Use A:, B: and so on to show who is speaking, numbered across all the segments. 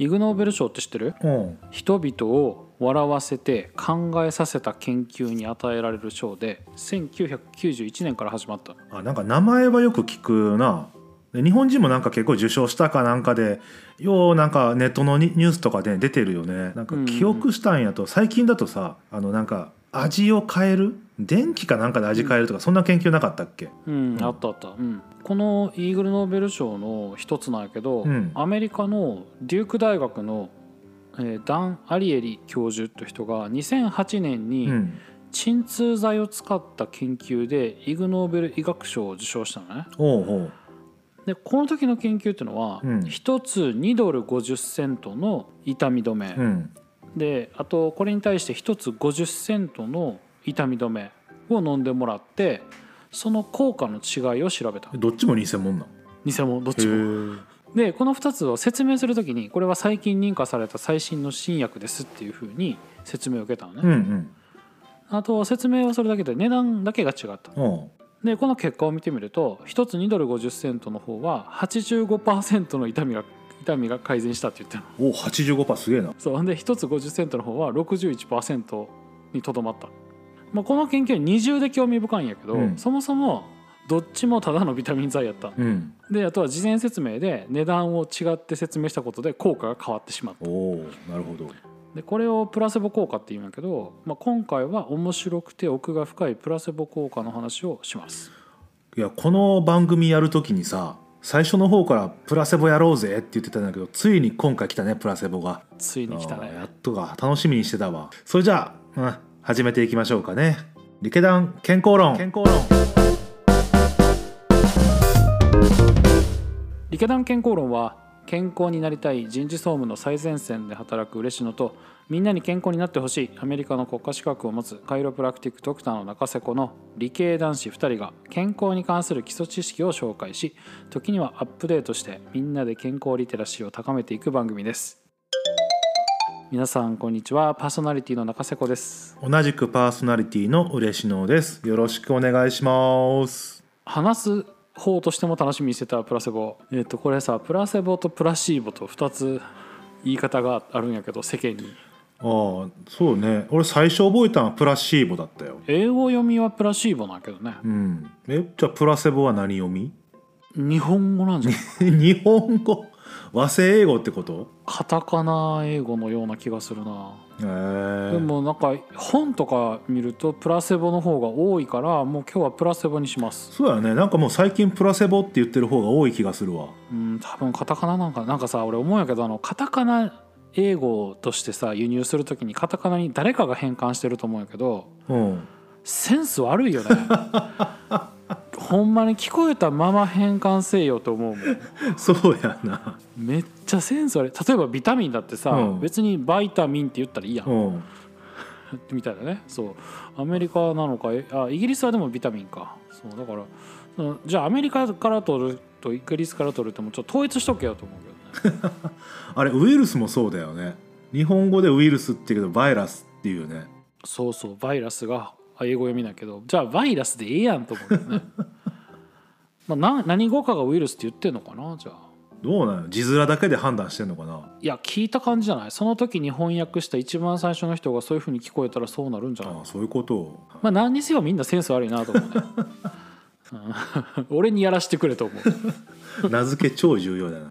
A: イグ・ノーベル賞って知ってる
B: うん
A: 人々を笑わせて考えさせた研究に与えられる賞で1991年から始まった
B: あなんか名前はよく聞くなで日本人もなんか結構受賞したかなんかでようなんかネットのニニュースとかで出てるよねなんか
A: うんうん
B: 記憶したんやと、最近だとさあのなんか味を変える電気かなんかで味変えるとか、そんな研究なかったっけ
A: うん、
B: うん
A: あったあった、うん、このイーグル・ノーベル賞の一つなんやけど、
B: うん
A: アメリカのデューク大学の、えーダン・アリエリ教授って人が2008年
B: う
A: に
B: ん
A: 鎮痛剤を使った研究でイグ・ノーベル医学賞を受賞したのね
B: おうおう
A: でこの時の研究っていうのは、
B: うん
A: 1つ2ドル50セントの痛み止め、
B: うん
A: であとこれに対して1つ50セントの痛み止めを飲んでもらってその効果の違いを調べた
B: どっちも偽物なの
A: 偽物どっ
B: へ
A: ちも
B: ー
A: でこの2つを説明するときにこれは最近認可された最新の新薬ですっていうふうに説明を受けたのね、
B: うんうん
A: あと説明をするだけで値段だけが違った
B: おう
A: でこの結果を見てみると1つ2ドル50セントの方は85%の痛みが痛みが改善したって言ってるの
B: お85%すげえな
A: そうで1つ50セントの方は61%にとどまった、まあ、この研究は二重で興味深いんやけど、
B: うん
A: そもそもどっちもただのビタミン剤やった
B: うん
A: であとは事前説明で値段を違って説明したことで効果が変わってしまった
B: おおなるほど
A: でこれをプラセボ効果って言うんやけど、まあ、今回は面白くて奥が深いプラセボ効果の話をします
B: いやこの番組やるときにさ最初の方から「プラセボやろうぜ」って言ってたんだけどついに今回来たねプラセボが
A: ついに来た
B: あーや
A: ね
B: っとが楽しみにしてたわそれじゃあ、うん、始めていきましょうかね理系団健康論健康論
A: 理科団健康論は健康になりたい人事総務の最前線で働く嬉野とみんなに健康になってほしいアメリカの国家資格を持つカイロプラクティックドクターの中瀬子の理系男子2人が健康に関する基礎知識を紹介し時にはアップデートしてみんなで健康リテラシーを高めていく番組です皆さんこんにちはパーソナリティの中瀬子です
B: 同じくパーソナリティの嬉野ですよろしくお願いします
A: 話す方としても楽しみにしてたプラセボえっ、とこれさプラセボとプラシーボと2つ言い方があるんやけど世間に
B: ああそうね俺最初覚えたのはプラシーボだったよ
A: 英語読みはプラシーボなんやけどね
B: うんえじゃあプラセボは何読み
A: 日本語なんじゃない
B: 日本語和製英語ってこと
A: カタカナ英語のような気がするな
B: へえ
A: でもなんか本とか見るとプラセボの方が多いからもう今日はプラセボにします
B: そうやねなんかもう最近プラセボって言ってる方が多い気がするわ
A: うん多分カタカナなんかなんかさ俺思うんやけどあのカタカナ英語としてさ輸入するときにカタカナに誰かが変換してると思うんやけど
B: うん
A: センス悪い よねほんまに聞こえたまま変換せえよと思うもん
B: そうやな
A: めっちゃセンス悪い例えばビタミンだってさ、
B: うん
A: 別にバイタミンって言ったらいいやん、
B: うん
A: みたいなねそうアメリカなのかえあイギリスはでもビタミンかそうだからそのじゃあアメリカから取るとイギリスから取るってもうちょっと統一しとけよと思うけどね
B: あれウイルスもそうだよね日本語でウイルスって言うけどバイラスっていうよね
A: そうそうバイラスがあ英語読みだけどじゃあバイラスでええやんと思うけ どねまあな何語かがウイルスって言ってんのかなじゃあ
B: どうなの字面だけで判断してんのかない
A: や聞いた感じじゃないその時に翻訳した一番最初の人がそういうふうに聞こえたらそうなるんじゃない
B: ああそういうことを
A: まあ何にせよみんなセンス悪いなと思うねうん 俺にやらしてくれと思う
B: 名付け超重 要だな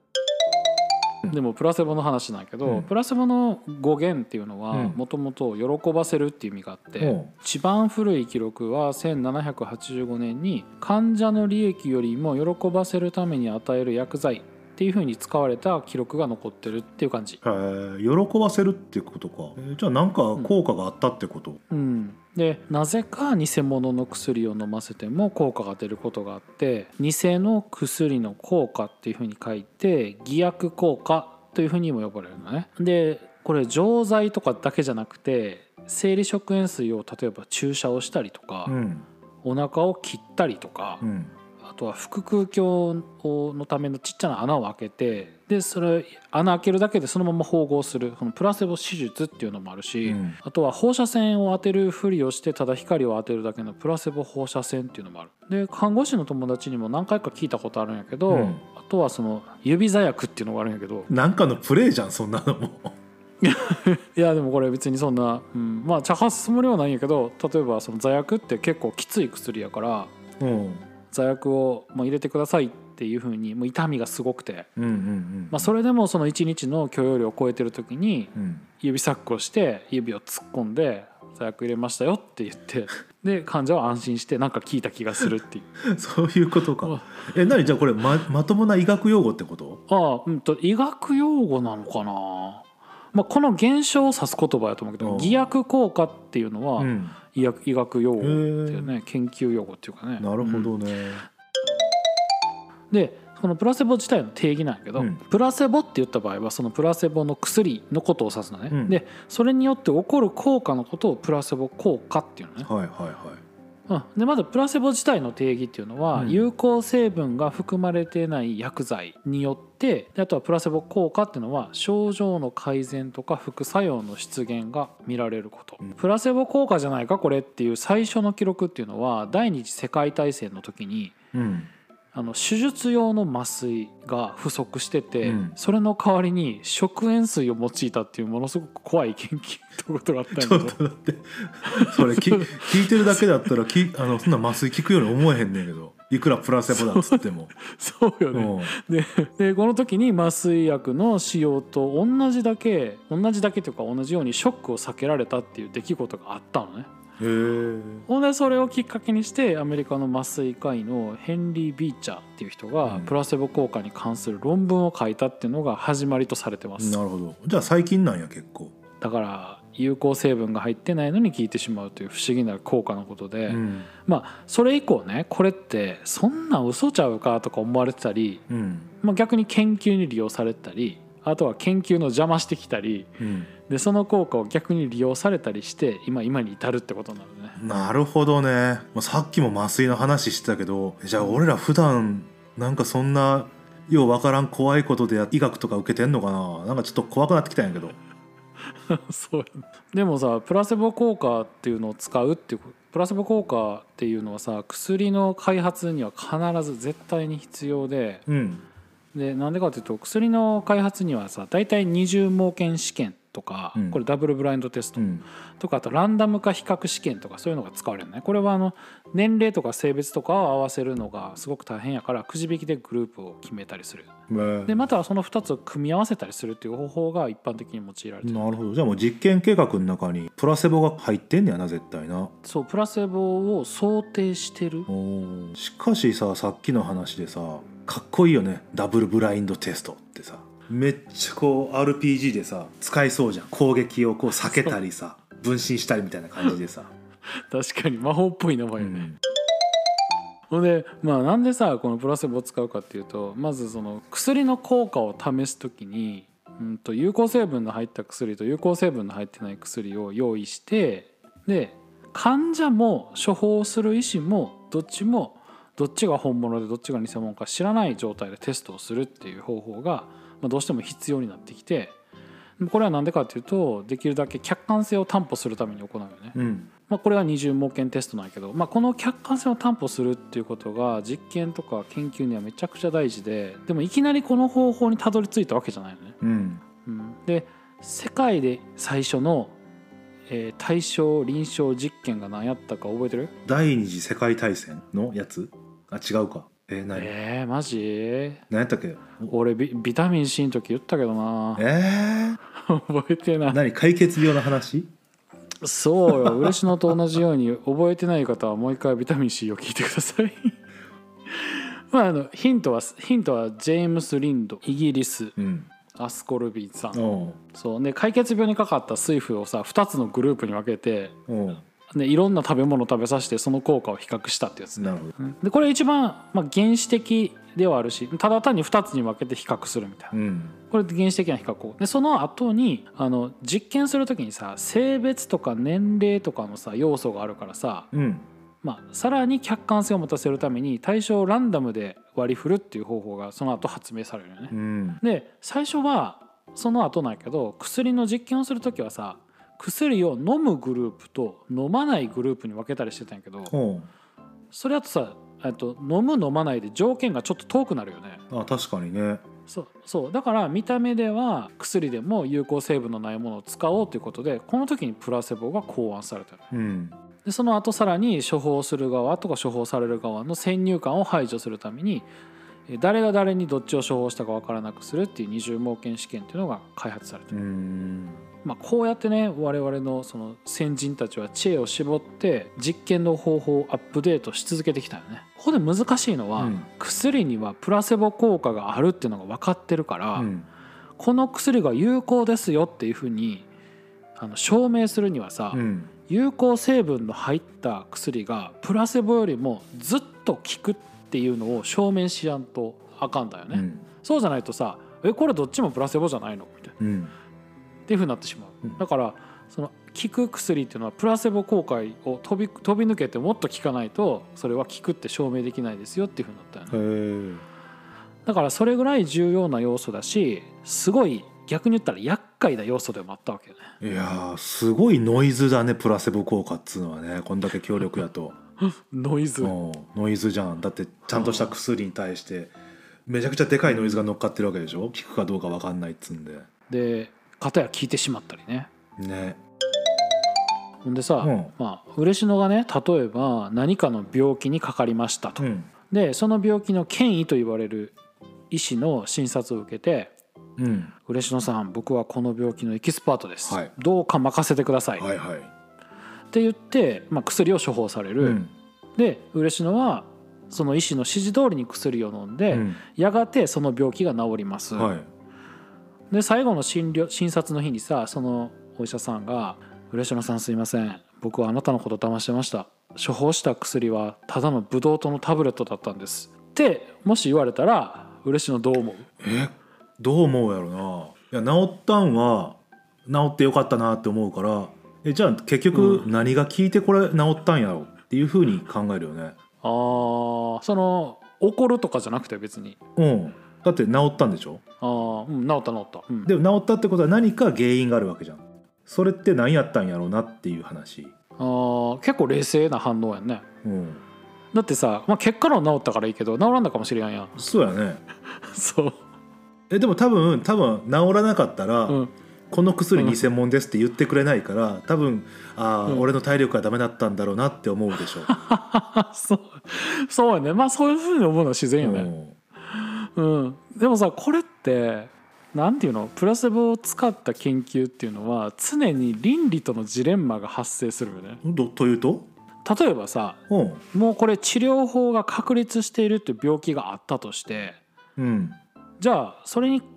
A: でもプラセボの話なんやけど、
B: うん
A: プラセボの語源っていうのは
B: うん
A: もともと喜ばせるっていう意味があって、
B: うん
A: 一番古い記録は1785年に患者の利益よりも喜ばせるために与える薬剤っていうふうに使われた記録が残ってるっていう感じ
B: へえ喜ばせるってことかえじゃあなんか効果があったってこと、
A: うん、でなぜか偽物の薬を飲ませても効果が出ることがあって偽の薬の効果っていうふうに書いて偽薬効果というふうにも呼ばれるのね。でこれ錠剤とかだけじゃなくて生理食塩水を例えば注射をしたりとか、
B: うん
A: お腹を切ったりとか、
B: うん
A: あとは腹腔鏡のためのちっちゃな穴を開けてでそれ穴開けるだけでそのまま縫合するこのプラセボ手術っていうのもあるし、
B: うん
A: あとは放射線を当てるふりをしてただ光を当てるだけのプラセボ放射線っていうのもあるで看護師の友達にも何回か聞いたことあるんやけど、
B: うん
A: あとはその指座薬っていうのがあるんやけど
B: なんかのプレイじゃんそんなのも
A: いやでもこれ別にそんな、うん、まあ茶発すもりはないんやけど例えばその座薬って結構きつい薬やから
B: う、うん、
A: 座薬をもう入れてくださいっていうふうにもう痛みがすごくて、
B: うんうんうん
A: まあ、それでもその1日の許容量を超えてる時に
B: うん
A: 指サックをして指を突っ込んで座薬入れましたよって言ってで患者は安心してなんか聞いた気がする っていう
B: そういうこと
A: うん
B: かえ何じゃあこれままともな医学用語ってこと
A: ああうんと医学用語なのかな、まあ、この現象を指す言葉やと思うけ
B: う
A: ど
B: ん
A: 偽薬効果っていうのは、
B: ん、
A: 医学医学用語っていう
B: へ
A: ね研究用語っていうかね
B: なるほ
A: うん
B: どね、
A: でこのプラセボ自体の定義なんやけど、
B: うん
A: プラセボって言った場合はそのプラセボの薬のことを指すのね、
B: うん
A: でそれによって起こる効果のことをプラセボ効果っていうのね、
B: はいはい
A: う
B: は
A: ん、でまずプラセボ自体の定義っていうのは、
B: うん
A: 有効成分が含まれてない薬剤によってであとはプラセボ効果っていうのは症状の改善とか副作用の出現が見られること、
B: うん
A: プラセボ効果じゃないかこれっていう最初の記録っていうのは第二次世界大戦の時に
B: いうん
A: あの手術用の麻酔が不足してて、
B: うん
A: それの代わりに食塩水を用いたっていうものすごく怖い研究ってことがあったんや
B: ち
A: け
B: ょ
A: ど
B: っとだって それき聞いてるだけだったらきあのそんな麻酔聞くように思えへんねんけどいくらプラセボだっつっても
A: そうよ
B: う
A: ね、
B: ん
A: ででこの時に麻酔薬の使用と同じだけ同じだけというか同じようにショックを避けられたっていう出来事があったのね
B: へえ
A: ほんでそれをきっかけにしてアメリカの麻酔科医のヘンリー・ビーチャーっていう人が
B: うん
A: プラセボ効果に関する論文を書いたっていうのが始まりとされてます
B: なるほどじゃあ最近なんや結構、
A: だから有効成分が入ってないのに効いてしまうという不思議な効果のことで、
B: うん
A: まあそれ以降ねこれってそんなん嘘ちゃうかとか思われてたり
B: うん
A: まあ、逆に研究に利用されたりあとは研究の邪魔してきたり
B: うん、
A: でその効果を逆に利用されたりして今今に至るってことなのね
B: なるほどねまあさっきも麻酔の話してたけどじゃあ俺ら普段なんかそんなようわからん怖いことでや医学とか受けてんのかななんかちょっと怖くなってきたんやけど
A: そうでもさプラセボ効果っていうのを使うっていうプラセボ効果っていうのはさ薬の開発には必ず絶対に必要で
B: うん
A: でなんでかっていうと薬の開発にはさ大体20盲検試験とか、
B: うん
A: これダブルブラインドテスト
B: うん
A: とかあとランダム化比較試験とかそういうのが使われるねこれはあの年齢とか性別とかを合わせるのがすごく大変やからくじ引きでグループを決めたりするでまたはその2つを組み合わせたりするっていう方法が一般的に用いられてる
B: なるほどじゃあもう実験計画の中にプラセボが入ってんねやな絶対な
A: そうプラセボを想定してる
B: おーしかしささっきの話でさかっこいいよねダブルブラインドテストってさめっちゃこう RPG でさ使いそうじゃん攻撃をこう避けたりさ分身したりみたいな感じでさ、
A: 確かに魔法っぽい名前よね、
B: うん
A: ほんでまあなんでさこのプラセボを使うかっていうとまずその薬の効果を試す時に、うん、と有効成分の入った薬と有効成分の入ってない薬を用意してで患者も処方する医師もどっちもどっちが本物でどっちが偽物か知らない状態でテストをするっていう方法が、まあ、どうしても必要になってきてこれは何でかっていうとできるだけ客観性を担保するために行うよね。
B: うん
A: まあ、これは二重盲検テストなんやけど、まあ、この客観性を担保するっていうことが実験とか研究にはめちゃくちゃ大事ででもいきなりこの方法にたどり着いたわけじゃないよね。
B: うん
A: うん、で世界で最初の、えー対象臨床実験が何やったか覚えてる
B: 第二次世界大戦のやつあ違うかえー、何、
A: えー、マジ
B: 何やったっけ
A: 俺ビビタミン C の時言ったけどな
B: えー、
A: 覚えてない
B: 何解決病の話
A: そうよ嬉野と同じように覚えてない方はもう一回ビタミン C を聞いてください まああのヒントはヒントはジェームス・リンドイギリス
B: うん
A: アスコルビンさん
B: おう
A: そうで解決病にかかった水夫をさ2つのグループに分けて
B: おう
A: でいろんな食べ物を食べさせてその効果を比較したってやつね
B: なるほど
A: でこれ一番、まあ、原始的ではあるしただ単に2つに分けて比較するみたいな
B: うん
A: これって原始的な比較をでその後にあの実験する時にさ性別とか年齢とかのさ要素があるからさ
B: うん
A: まあ、さらに客観性を持たせるために対象をランダムで割り振るっていう方法がその後発明されるよね
B: う。ん
A: で最初はその後なんやけど薬の実験をする時はさ薬を飲むグループと飲まないグループに分けたりしてたんやけど
B: ほ
A: それだとさえっと飲む飲まないで条件がちょっと遠くなるよね
B: うあ確かにね
A: そうそうだから見た目では薬でも有効成分のないものを使おうということでこの時にプラセボが考案されたの
B: うん
A: でその後さらに処方する側とか処方される側の先入観を排除するためにえー誰が誰にどっちを処方したか分からなくするっていう二重盲検試験っていうのが開発されて
B: う
A: る、
B: ん
A: まあ、こうやってね我々のその先人たちは知恵を絞って実験の方法をアップデートし続けてきたよねここで難しいのは、
B: うん
A: 薬にはプラセボ効果があるっていうのが分かってるから、
B: うん
A: この薬が有効ですよっていうふうにあの証明するにはさ、
B: うん
A: 有効成分の入った薬がプラセボよりもずっと効くっていうのを証明しやんとあかんだよね、
B: うん
A: そうじゃないとさ「えこれどっちもプラセボじゃないの?」みたいな
B: うん
A: っていうふうになってしまう、
B: うん
A: だからその効く薬っていうのはプラセボ効果を飛び飛び抜けてもっと効かないとそれは効くって証明できないですよっていうふうになったよね
B: へえ
A: だからそれぐらい重要な要素だしすごい逆に言ったら厄介な要素でもあったわけよね
B: いやーすごいノイズだねプラセボ効果っつうのはねこんだけ強力やと、
A: ノイズ
B: うんノイズじゃんだってちゃんとした薬に対してめちゃくちゃでかいノイズが乗っかってるわけでしょ効くかどうか分かんないっつうんで
A: で片や効いてしまったりね
B: ね
A: ほんでさ、
B: うん
A: まあ、嬉野がね例えば何かの病気にかかりましたと、
B: うん
A: でその病気の権威と言われる医師の診察を受けて
B: うん
A: 「嬉野さん僕はこの病気のエキスパートです、
B: はい
A: どうか任せてください」
B: はいはい
A: って言って、まあ、薬を処方される、
B: うん
A: で嬉野はその医師の指示通りに薬を飲んで、
B: うん
A: やがてその病気が治ります、
B: はい
A: で最後の診療診察の日にさそのお医者さんが「嬉野さんすいません僕はあなたのこと騙してました処方した薬はただのブドウ糖のタブレットだったんです」ってもし言われたら嬉野どう思う
B: えどう思うやろないや治ったんは治ってよかったなって思うからえじゃあ結局何が効いてこれ治ったんやろっていうふうに考えるよね
A: あーその怒るとかじゃなくて別に
B: うんだって治ったんでしょ
A: あーうん治った治った、うん
B: でも治ったってことは何か原因があるわけじゃんそれって何やったんやろうなっていう話
A: あー結構冷静な反応やんね
B: うん
A: だってさ、まあ、結果論治ったからいいけど治らんだかもしれんや ん
B: そうやね
A: そう、
B: えでも多分多分治らなかったら、
A: うん、
B: この薬偽物ですって言ってくれないから多分ああ、
A: うん
B: 俺の体力がダメだったんだろうなって思うで しょ
A: あそうそうやねまあそういうふうに思うのは自然よね、うん、でもさこれってなんていうのプラセボを使った研究っていうのは常に倫理とのジレンマが発生するよね
B: うんどというと
A: 例えばさ
B: うん
A: もうこれ治療法が確立しているっていう病気があったとして
B: うん
A: じゃあそれに効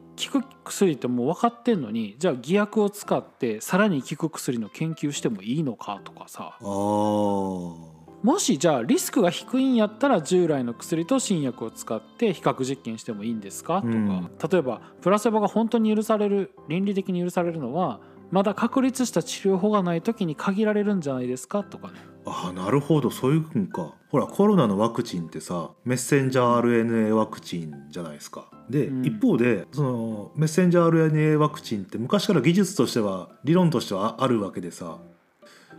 A: く薬ってもう分かってんのにじゃあ偽薬を使ってさらに効く薬の研究してもいいのかとかさ
B: ああ
A: もしじゃあリスクが低いんやったら従来の薬と新薬を使って比較実験してもいいんですかとか、
B: うん
A: 例えばプラセボが本当に許される倫理的に許されるのはまだ確立した治療法がない時に限られるんじゃないですかとかね
B: あーなるほどそういうんかほらコロナのワクチンってさメッセンジャー RNA ワクチンじゃないですかで、
A: うん
B: 一方でそのメッセンジャー RNA ワクチンって昔から技術としては理論としてはああるわけでさ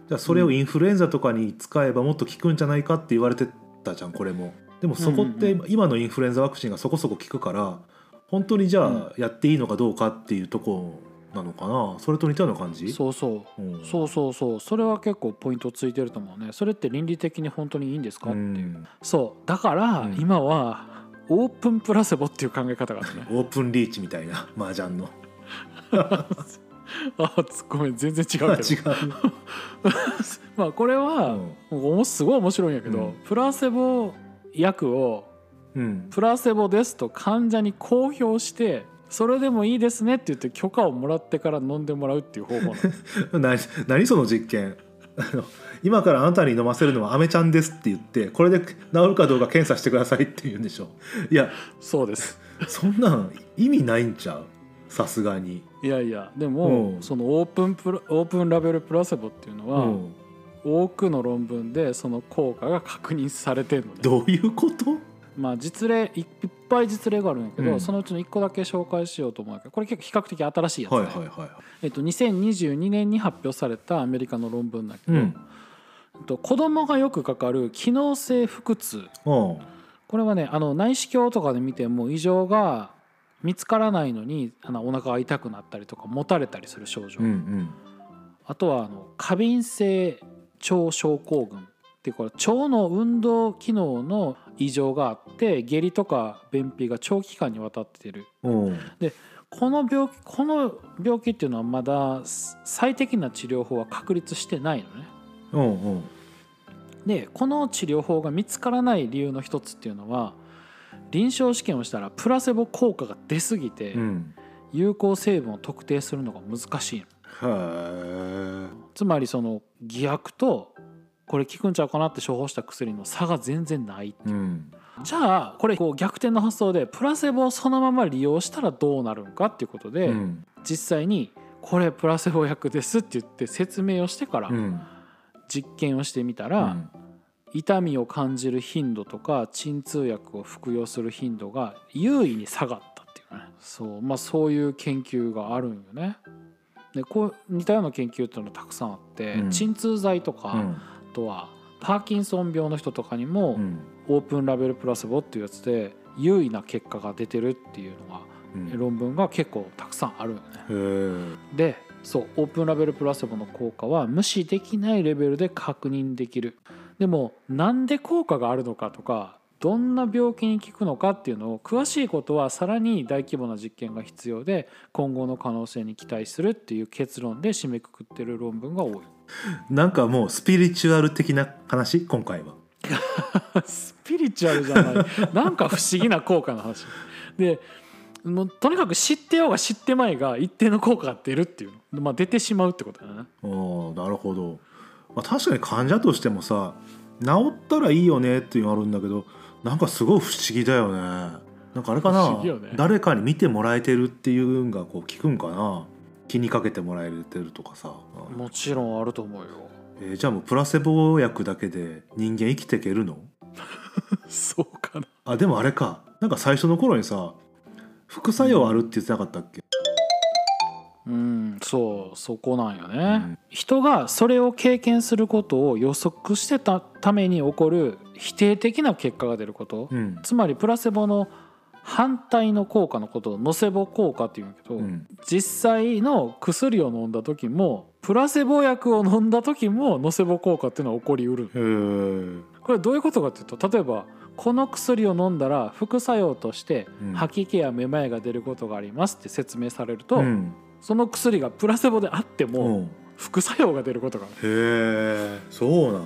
B: じゃあそれをインフルエンザとかに使えばもっと効くんじゃないかって言われてたじゃんこれもでもそこって
A: うん
B: 今のインフルエンザワクチンがそこそこ効くから本当にじゃあやっていいのかどうかっていうとこなのかなそれと似たような感じ
A: そうそううんそうそうそうそれは結構ポイントついてると思うねそれって倫理的に本当にいいんですかって
B: う
A: いう、
B: ん
A: そうだから
B: うん
A: 今はオープンプラセボっていう考え方があ るね
B: オープンリーチみたいな 麻雀の
A: あごめん全然違
B: あ
A: うけど
B: 違う
A: まあこれは、おもすごい面白いんやけど、
B: うん
A: プラセボ薬を
B: うん
A: プラセボですと患者に公表してそれでもいいですねって言って許可をもらってから飲んでもらうっていう方法なの
B: 何何その実験 あの今からあなたに飲ませるのはアメちゃんですって言ってこれで治るかどうか検査してくださいって言うんでしょいや
A: そうです
B: そんなん意味ないんちゃうさすがに
A: いやいやでも、
B: うん
A: そのオープンプラオープンラベルプラセボっていうのは、
B: うん
A: 多くの論文でその効果が確認されてるのね
B: どういうこと
A: まあ実例いいっぱい実例があるんやけど、
B: うん
A: そのうちの1個だけ紹介しようと思うんやけどこれ結構比較的新しいやつ、ね
B: はいはいは
A: えっと、2022年に発表されたアメリカの論文だけ
B: い。う
A: ど、
B: ん。
A: えっと子供がよくかかる機能性腹痛
B: うん。
A: これはねあの内視鏡とかで見ても異常が見つからないのにあのお腹が痛くなったりとかもたれたりする症状、
B: うんうん。
A: あとはあの過敏性腸症候群っていうこれ腸の運動機能の異常があって下痢とか便秘が長期間にわたってる
B: うん。
A: この病気この病気っていうのはまだ最適な治療法は確立してないのね。
B: うんうん。
A: でこの治療法が見つからない理由の一つっていうのは臨床試験をしたらプラセボ効果が出すぎて
B: うん。
A: 有効成分を特定するのが難しいの
B: は
A: つまりその偽薬とこれ効くんちゃうかなって処方した薬の差が全然ない
B: い。うん。
A: じゃあこれこう逆転の発想でプラセボをそのまま利用したらどうなるんかっていうことで、
B: うん。
A: 実際にこれプラセボ薬ですって言って説明をしてから
B: うん。
A: 実験をしてみたら、痛みを感じる頻度とか鎮痛薬を服用する頻度が優位に下がったっていうねそう,、まあ、そういう研究があるんよね。でこう似たような研究っていうのがたくさんあって、
B: うん
A: 鎮痛剤とか、
B: う
A: あ
B: ん。
A: とはパーキンソン病の人とかにも、
B: うん。
A: オープンラベルプラセボっていうやつで優位な結果が出てるっていうのが、
B: うん。
A: 論文が結構たくさんあるんよね。
B: へー
A: でそうオープンラベルプラセボの効果は無視できないレベルで確認できるでもなんで効果があるのかとかどんな病気に効くのかっていうのを詳しいことはさらに大規模な実験が必要で今後の可能性に期待するっていう結論で締めくくってる論文が多い
B: なんかもうスピリチュアル的な話今回は。
A: スピリチュアルじゃ ないなんか不思議な効果の話でもうとにかく知ってようが知ってまいが一定の効果が出るっていうの、まあ、出てしまうってことだね
B: おーなるほど、まあ、確かに患者としてもさ治ったらいいよねっていうのあるんだけどなんかすごい不思議だよねなんかあれか
A: 不
B: な
A: 思議よね
B: 誰かに見てもらえてるっていう運がこう効くんかな気にかけてもらえてるとかさ、
A: もちろんあると思うよ
B: えーじゃあもうプラセボ薬だけで人間生きていけるの
A: そうかな。
B: あでもあれかなんか最初の頃にさ副作用あるって言ってなかったっけ、
A: うん、そう、そこなんよね、
B: ん
A: 人がそれを経験することを予測してたために起こる否定的な結果が出ること。
B: うん
A: つまりプラセボの反対の効果のことをノセボ効果って言うんやけど、
B: うん、
A: 実際の薬を飲んだ時もプラセボ薬を飲んだ時もノセボ効果っていうのは起こりうる
B: へー
A: これどういうことかっていうと例えばこの薬を飲んだら副作用として
B: うん
A: 吐き気やめまいが出ることがありますって説明されると、
B: うん
A: その薬がプラセボであって
B: う
A: も
B: ん、へ
A: 副作用が出ることがある
B: えそうなん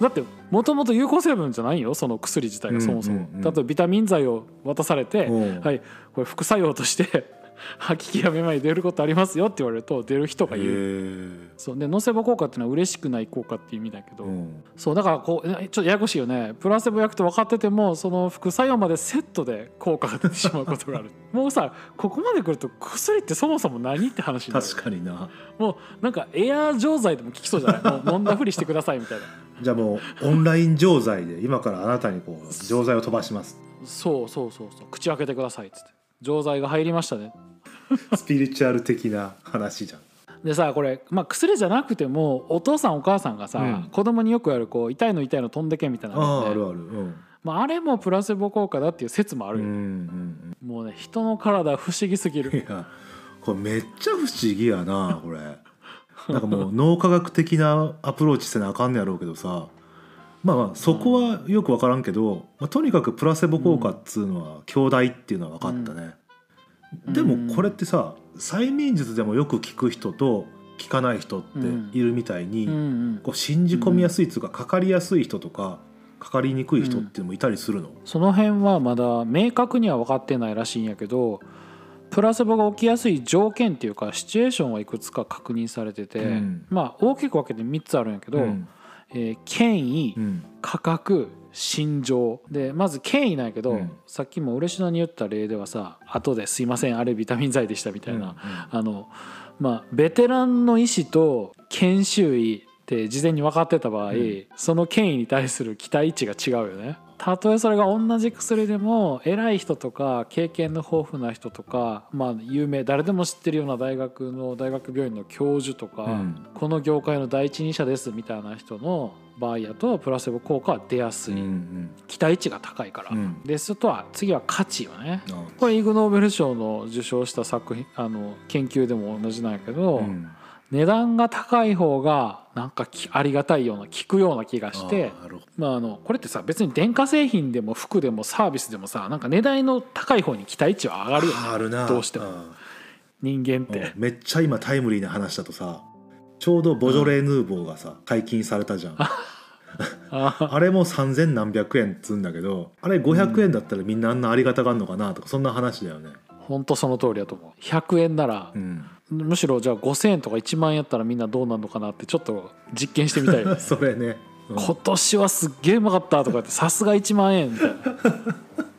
A: だってもともと有効成分じゃないよその薬自体
B: う
A: が
B: ん
A: そもそも、
B: うんうん
A: 例えばビタミン剤を渡されて、
B: うん
A: はいこれ副作用として 吐き気やめまい出ることありますよって言われると出る人がいる。
B: へ
A: そうでノセボ効果っていうのは嬉しくない効果っていう意味だけ
B: え
A: ど、
B: うん
A: そうだからこうえちょっとややこしいよねプラセボ薬と分かっててもその副作用までセットで効果が出てしまうことがあ るもうさここまで来ると薬ってそもそも何って話になる
B: 確かにな
A: もうなんかエアー錠剤でも効きそうじゃ ないもう飲んだふりしてくださいみたいな
B: じゃあもうオンライン錠剤で今からあなたにこう錠剤を飛ばします
A: そうそうそうそう口開けてくださいっつって錠剤が入りましたね
B: スピリチュアル的な話じゃん
A: でさこれ、まあ、薬じゃなくてもお父さんお母さんがさ、
B: うん
A: 子供によくやるこう痛いの痛いの飛んでけみたいなの
B: ああ
A: ね
B: あるあるうん
A: まあ、あれもプラセボ効果だっていう説もあ
B: う
A: るよ、
B: ん
A: もうね人の体不思議すぎ
B: うん
A: る
B: いやこれめっちゃ不思議やなこれなんかもう脳科学的なアプローチせなあかんねやろうけどさまあまあそこはよく分からんけど、まあ、とにかくプラセボ効果っつうのは兄弟っていうのは分かったね、でもこれってさ催眠術でもよく聞く人と聞かない人っているみたいに、
A: うんうん
B: こう信じ込みやすいというか、かかりやすい人とかかかりにくい人っていうのもいたりするの、
A: その辺はまだ明確には分かってないらしいんやけどプラセボが起きやすい条件っていうかシチュエーションはいくつか確認されてて、
B: うん
A: まあ大きく分けて3つあるんやけど、
B: うん
A: えー権威
B: うん
A: 価格心情でまず権威なんやけど、
B: うん
A: さっきも嬉野に言った例ではさ後ですいませんあれビタミン剤でしたみたいな、あのまあベテランの医師と研修医って事前に分かってた場合、
B: うん
A: その権威に対する期待値が違うよねたとえそれが同じ薬でも偉い人とか経験の豊富な人とか、まあ、有名誰でも知ってるような大学の大学病院の教授とか、
B: うん
A: この業界の第一人者ですみたいな人の場合やとプラセボ効果は出やすい、
B: うん
A: 期待値が高いから、
B: うん
A: ですとは次は価値よね
B: うんあ
A: これイグ・ノーベル賞の受賞した作品あの研究でも同じなんやけど、
B: うん
A: 値段が高い方がなんかきありがたいような効くような気がして
B: あーなるほど
A: まあ、あのこれってさ別に電化製品でも服でもサービスでもさなんか値段の高い方に期待値は上がるよね
B: あるな
A: どうしても
B: ん
A: 人間っ
B: うん
A: て。
B: めっちゃ今タイムリーな話だとさちょうどボジョレ・ヌーボーがさ解禁されたじゃん
A: あ
B: あれも3000何百円っつうんだけどあれ500円だったらみんなあんなありがたがあんのかなとかそんな話だよね
A: 本当その通りだと思う100円なら、
B: うん
A: むしろじゃあ5,000円とか1万円やったらみんなどうなるのかなってちょっと実験してみたいよね
B: それね、 うん
A: 今年はすっげえうまかったとか言ってさすが1万円みたいな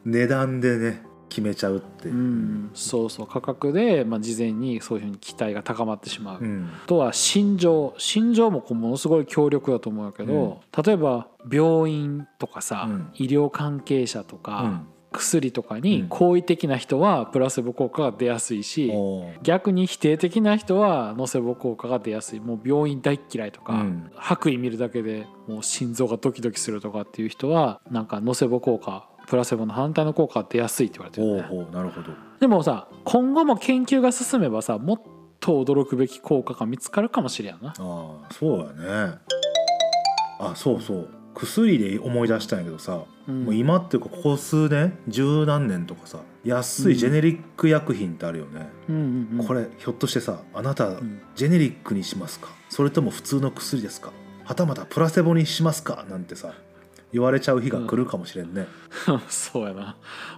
B: 値段でね決めちゃうって
A: うん、そうそう価格で、まあ、事前にそういうふうに期待が高まってしまう、
B: うん
A: あとは心情心情もこうものすごい強力だと思うけど、例えば病院とかさ、
B: うん
A: 医療関係者とか、
B: うん
A: 薬とか
B: う
A: に
B: ん
A: 好意的な人はプラセボ効果が出やすいし、
B: おー
A: 逆に否定的な人はノセボ効果が出やすいもう病院大っ嫌いとか、
B: うん
A: 白衣見るだけでもう心臓がドキドキするとかっていう人はなんかノセボ効果プラセボの反対の効果が出やすいって言われてるよ
B: ほう
A: ね。
B: ほうなるほど
A: でもさ今後も研究が進めばさもっと驚くべき効果が見つかるかもしれんな
B: ああそうやねあそうそう薬で思い出したんやけどさ、
A: うん
B: もう今っていうかここ数年十何年とかさ安いジェネリック薬品ってあるよね、
A: うんうんうん
B: これひょっとしてさあなた
A: ん
B: ジェネリックにしますかそれとも普通の薬ですかはたまたプラセボにしますかなんてさ言われちゃう日が来るかもしれんね、
A: そうやな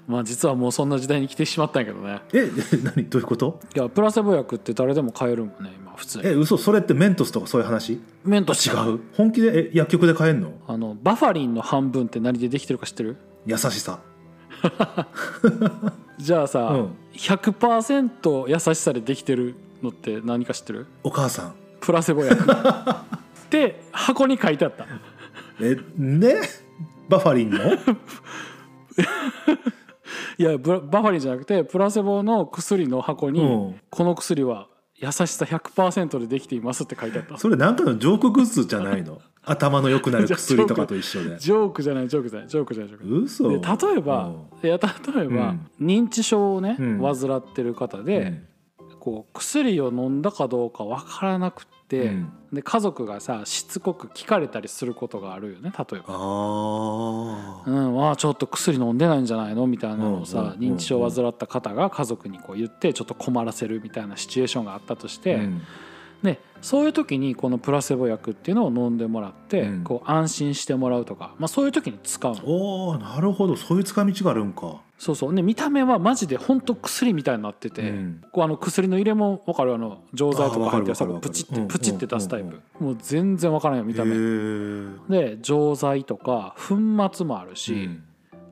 A: まあ実はもうそんな時代に来てしまったんやけどね
B: え何どういうこと
A: いやプラセボ薬って誰でも買えるもんね今普通に
B: え嘘それってメントスとかそういう話
A: 麺と
B: 違
A: 違う
B: う本気でえ薬局で買えんの
A: あのバファリンの半分って何でできてるか知ってる
B: 優しさ
A: じゃあさ、
B: うん
A: 100%優しさでできてるのって何か知ってる
B: お母さん
A: プラセボ 薬って箱に書いてあった
B: えねバファ リンの
A: いやブラバファリンじゃなくてプラセボの薬の箱に、
B: うん
A: この薬は優しさ100%でできていますって書いてあった
B: それなんかのジョークグッズじゃないの頭の良くなる薬とかと一緒で
A: ジョークじゃないジョークじゃないジョークじゃないジョーク
B: 嘘
A: で例えばいや例えば、認知症をね、
B: うん
A: 患ってる方
B: うん
A: で、こう薬を飲んだかどうかわからなく
B: う
A: て、
B: ん
A: で家族がさしつこく聞かれたりすることがあるよね例えば。
B: あ
A: う
B: あ
A: ん、あーちょっと薬飲んでないんじゃないのみたいなのをさ、
B: うんうんうんうん
A: 認知症を患った方が家族にこう言ってちょっと困らせるみたいなシチュエーションがあったとして、
B: うん
A: でそういう時にこのプラセボ薬っていうのを飲んでもらって、
B: うん
A: こう安心してもらうとか、まあ、そういう時に使うの
B: おーなるほどそういう使い道があるんか
A: そうそうね見た目はマジで本当薬みたいになってて、
B: うん
A: こうあの薬の入れも分かるあの錠剤とか入ってるさ
B: あーわかるわかる
A: プチっ
B: うん
A: て
B: うん
A: プチって出すタイプ、
B: うんうん
A: もう全然分からんよ見た
B: へ
A: 目。
B: ー
A: で錠剤とか粉末もあるし、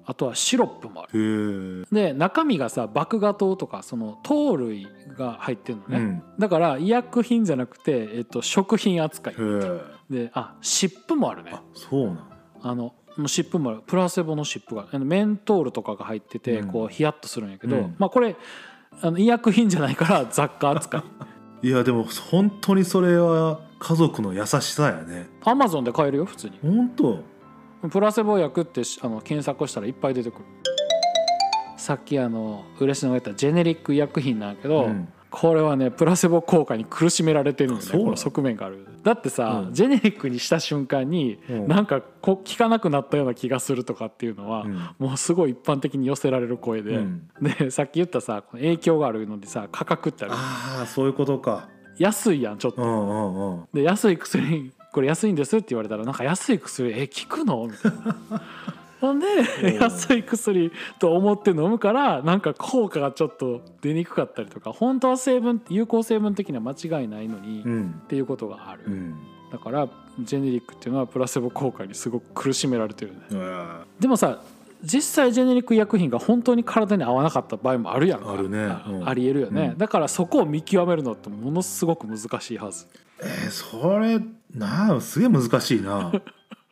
A: あとはシロップもある。
B: うん、へえ
A: で中身がさ麦芽糖とかその糖類が入ってるのね、
B: うん
A: だから医薬品じゃなくて、えっと、食品扱い
B: へー
A: であ湿布もあるね
B: あそうなん
A: あのもう湿布もあるプラセボの湿布があのメントールとかが入ってて
B: うん
A: こうヒヤッとするんやけど、
B: うん
A: まあこれあの医薬品じゃないから 雑貨扱い
B: いやでも本当にそれは家族の優しさやね
A: アマゾンで買えるよ普通に
B: 本当
A: プラセボ薬ってしあの検索したらいっぱい出てくるさっきあの嬉野が言ったジェネリック医薬品なんやけど、
B: うん
A: これはねプラセボ効果に苦しめられてるん
B: あ
A: です
B: そう
A: ね
B: なの
A: この側面があるだってさ、
B: うん
A: ジェネリックにした瞬間に、
B: うん
A: なんかこう効かなくなったような気がするとかっていうのは、
B: うん
A: もうすごい一般的に寄せられる声で、
B: うん
A: でさっき言ったさこの影響があるのでさ価格ってある
B: ああそういうことか
A: 安いやんちょっ
B: う
A: と、
B: んうんうん
A: で安い薬これ安いんですって言われたらなんか安い薬え効くのみたいな ほんで
B: うん
A: 安い薬と思って飲むからなんか効果がちょっと出にくかったりとか本当は成分有効成分的には間違いないのに、
B: う
A: っ
B: ん
A: ていうことがある、
B: うん
A: だからジェネリックっていうのはプラセボ効果にすごく苦しめられてるね
B: うわ
A: でもさ実際ジェネリック医薬品が本当に体に合わなかった場合もあるやんか
B: あるねうん
A: ありえるよね、
B: うん
A: だからそこを見極めるのってものすごく難しいはず
B: えーそれなあすげえ難しい な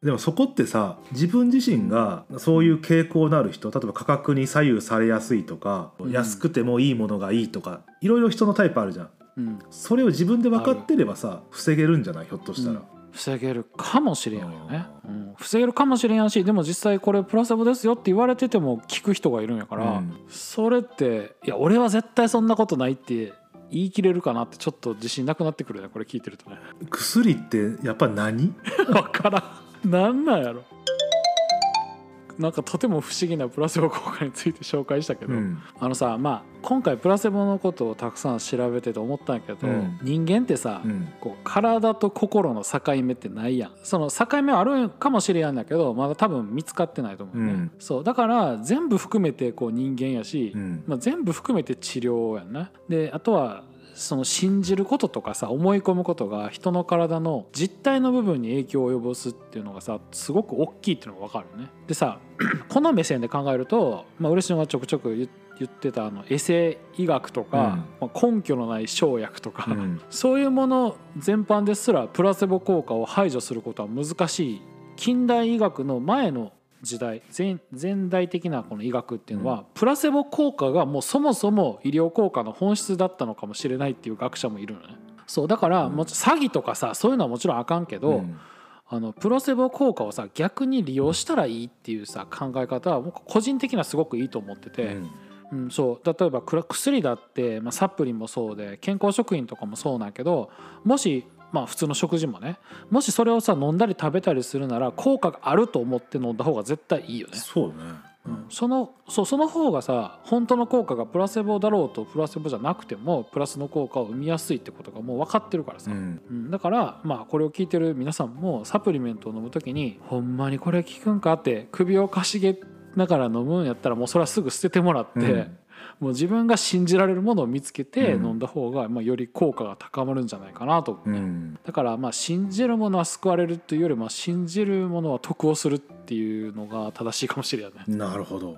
B: でもそこってさ自分自身がそういう傾向のある人例えば価格に左右されやすいとか、
A: うん
B: 安くてもいいものがいいとかいろいろ人のタイプあるじゃん
A: うん、
B: それを自分で分かってればさ防げるんじゃないひょっとしたら、
A: うん防げるかもしれんよね、うん、防げるかもしれんやしでも実際これプラセボですよって言われてても聞く人がいるんやから、
B: うん
A: それっていや俺は絶対そんなことないって言い切れるかなってちょっと自信なくなってくるねこれ聞いてるとね
B: 薬ってやっぱ何
A: わからんなんなんやろなんかとても不思議なプラセボ効果について紹介したけど、
B: うん
A: あのさまあ今回プラセボのことをたくさん調べてて思ったんやけど、
B: うん
A: 人間ってさ、
B: うん
A: こう体と心の境目ってないやんその境目はあるんかもしれやんだけどまだ多分見つかってないと思うね、
B: うん
A: そうだから全部含めてこう人間やし、
B: うん
A: まあ、全部含めて治療やんなであとはその信じることとかさ思い込むことが人の体の実体の部分に影響を及ぼすっていうのがさすごく大きいっていうのが分かるねでさ この目線で考えると、まあ、嬉野がちょくちょく言言ってたあのエセ医学とか、まあ、根拠のない生薬とか、
B: うん
A: そういうもの全般ですらプラセボ効果を排除することは難しい近代医学の前の時代前前代的なこの医学っていうのは、プラセボ効果がもうそもそも医療効果の本質だったのかもしれないっていう学者もいるのね。そうだからもち詐欺とかさそういうのはもちろんあかんけど、
B: うん
A: あのプラセボ効果をさ逆に利用したらいいっていうさ考え方は僕個人的にはすごくいいと思ってて、
B: うん
A: うん、そう例えばくら薬だって、まあ、サプリもそうで健康食品とかもそうなんやけどもし、まあ、普通の食事もねもしそれをさ飲んだり食べたりするなら効果があると思って飲んだ方が絶対いいよね。
B: そうね、
A: うんそのそうその方がさ本当の効果がプラセボだろうとプラセボじゃなくてもプラスの効果を生みやすいってことがもう分かってるからさ、
B: うん
A: うん、だからまあこれを聞いてる皆さんもサプリメントを飲む時に「ほんまにこれ効くんか?」って首をかしげながら飲むんやったらもうそれはすぐ捨ててもらって、
B: うん
A: もう自分が信じられるものを見つけて
B: うん
A: 飲んだ方が、まあ、より効果が高まるんじゃないかなと、
B: うん
A: だからまあ信じるものは救われるというよりも信じるものは得をするっていうのが正しいかもしれないね。
B: なるほど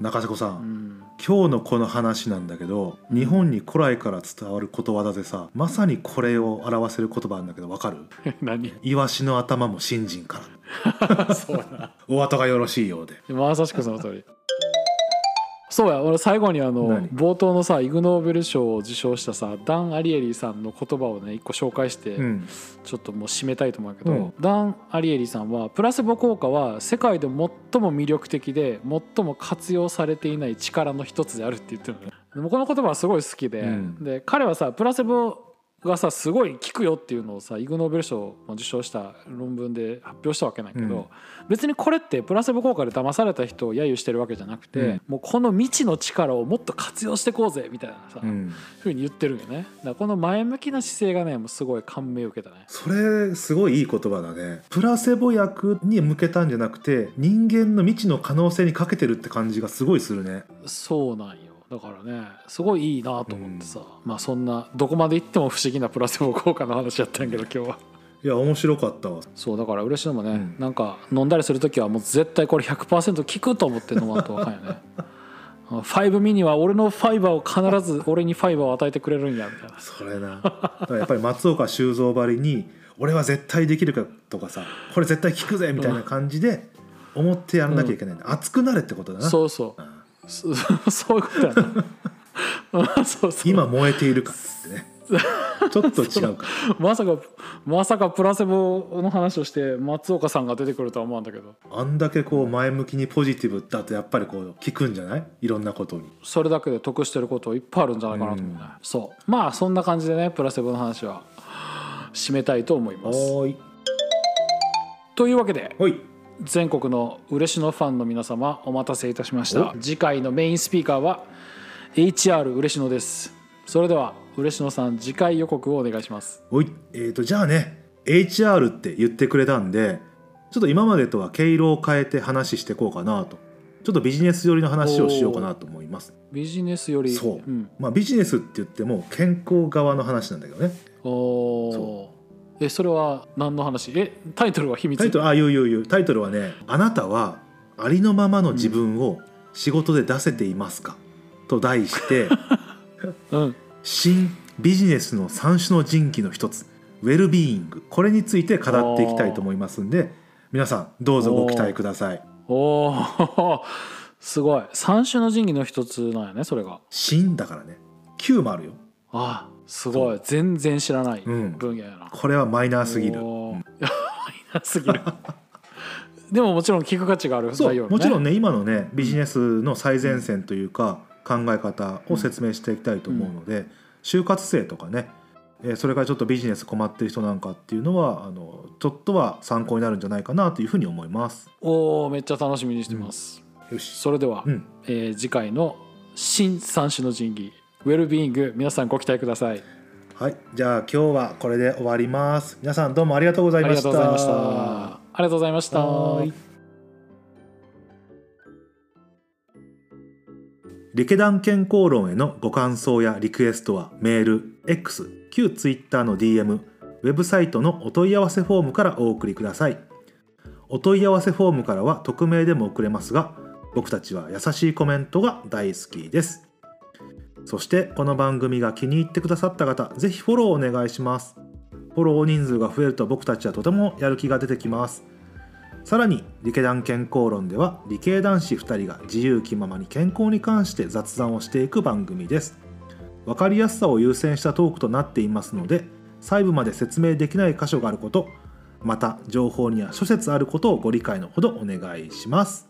B: 中瀬子さん、
A: うん
B: 今日のこの話なんだけど日本に古来から伝わることわざでさまさにこれを表せる言葉なんだけどわかる
A: 何
B: イワシの頭も新人から
A: そうやな
B: お後がよろしいようで
A: でもまさしくその通り。そうや俺最後にあの
B: 何
A: 冒頭のさイグ・ノーベル賞を受賞したさダン・アリエリーさんの言葉をね一個紹介して、
B: うん
A: ちょっともう締めたいと思うけど、
B: うん
A: ダン・アリエリさんはプラセボ効果は世界で最も魅力的で最も活用されていない力の一つであるって言ってるのね。でもこの言葉はすごい好きで,、
B: うん
A: で彼はさプラセボがさすごい効くよっていうのをさイグ・ノーベル賞を受賞した論文で発表したわけなんやけど、
B: うん
A: 別にこれってプラセボ効果で騙された人を揶揄してるわけじゃなくて、
B: うん
A: もうこの未知の力をもっと活用してこうぜみたいなさ、
B: うん
A: ふうに言ってるんよねだからこの前向きな姿勢がねもうすごい感銘を受けたね
B: それすごいいい言葉だねプラセボ薬に向けたんじゃなくて人間の未知の可能性にかけてるって感じがすごいするね
A: そうなんよだからねすごいいいなと思ってさ、まあそんなどこまで行っても不思議なプラセボ効果の話やったんやけど今日はい
B: や面白かったわ
A: そうだから嬉しいのもね、
B: うん
A: なんか飲んだりする時はもう絶対これ100%効くと思って飲まんとわかんよ ねあのファイブミニは俺のファイバーを必ず俺にファイバーを与えてくれるんやみたいな
B: それなだからやっぱり松岡修造ばりに俺は絶対できるかとかさこれ絶対効くぜみたいな感じで思ってやらなきゃいけないんだ、熱くなれってことだな
A: そうそうそ そういうことやな あそうそう
B: 今燃えているかっつってねちょっと違うか
A: まさかまさかプラセボの話をして松岡さんが出てくるとは思わんだけど
B: あんだけこう前向きにポジティブだとやっぱりこう効くんじゃないいろんなことに
A: それだけで得してることいっぱいあるんじゃないかなと思うね、
B: うん
A: そうまあそんな感じでねプラセボの話は締めたいと思います
B: おーい
A: というわけで
B: ほい
A: 全国の嬉野ファンの皆様お待たせいたしました
B: お
A: 次回のメインスピーカーは HR 嬉野ですそれでは嬉野さん次回予告をお願いします
B: おいえー、とじゃあね HR って言ってくれたんでちょっと今までとは毛色を変えて話していこうかなとちょっとビジネス寄りの話をしようかなと思います
A: ビジネスより
B: そう、
A: ん、
B: まあ、ビジネスって言っても健康側の話なんだけどね
A: おー
B: そ
A: えそれは何の話えタイトルは秘密
B: タイトルあいういういうタイトルはね「あなたはありのままの自分を仕事で出せていますか?」と題して
A: うん
B: 新ビジネスの三種の神器の一つウェルビーイングこれについて語っていきたいと思いますんで皆さんどうぞご期待ください
A: おお すごい三種の神器の一つなんやねそれが
B: 真だからね9もあるよ
A: ああすごい全然知らない
B: うん
A: 分野やな、
B: これはマイナーすぎる
A: おー マイナーすぎるでももちろん聞く価値がある
B: そ
A: 内容よ
B: う
A: ね
B: もちろんね今のねビジネスの最前線というか考え方を説明していきたいと思うので、就活生とかねえーそれからちょっとビジネス困ってる人なんかっていうのはあのちょっとは参考になるんじゃないかなというふうに思います。
A: おおめっちゃ楽しみにしてます、
B: よし、
A: それでは、
B: うん、
A: えー次回の新三種の神器ウェルビーイング皆さんご期待ください
B: はいじゃあ今日はこれで終わります。皆さんどうもありがとうござ
A: あ
B: い
A: り
B: ま
A: が
B: し
A: と
B: た。
A: うございましたありがとうございました
B: はーいリケダン健康論へのご感想やリクエストはメール、X、旧 Twitter の DM、ウェブサイトのお問い合わせフォームからお送りください。お問い合わせフォームからは匿名でも送れますが、僕たちは優しいコメントが大好きです。そしてこの番組が気に入ってくださった方、ぜひフォローお願いします。フォロー人数が増えると僕たちはとてもやる気が出てきます。さらに理系団健康論では理系男子2人が自由気ままに健康に関して雑談をしていく番組です分かりやすさを優先したトークとなっていますので細部まで説明できない箇所があることまた情報には諸説あることをご理解のほどお願いします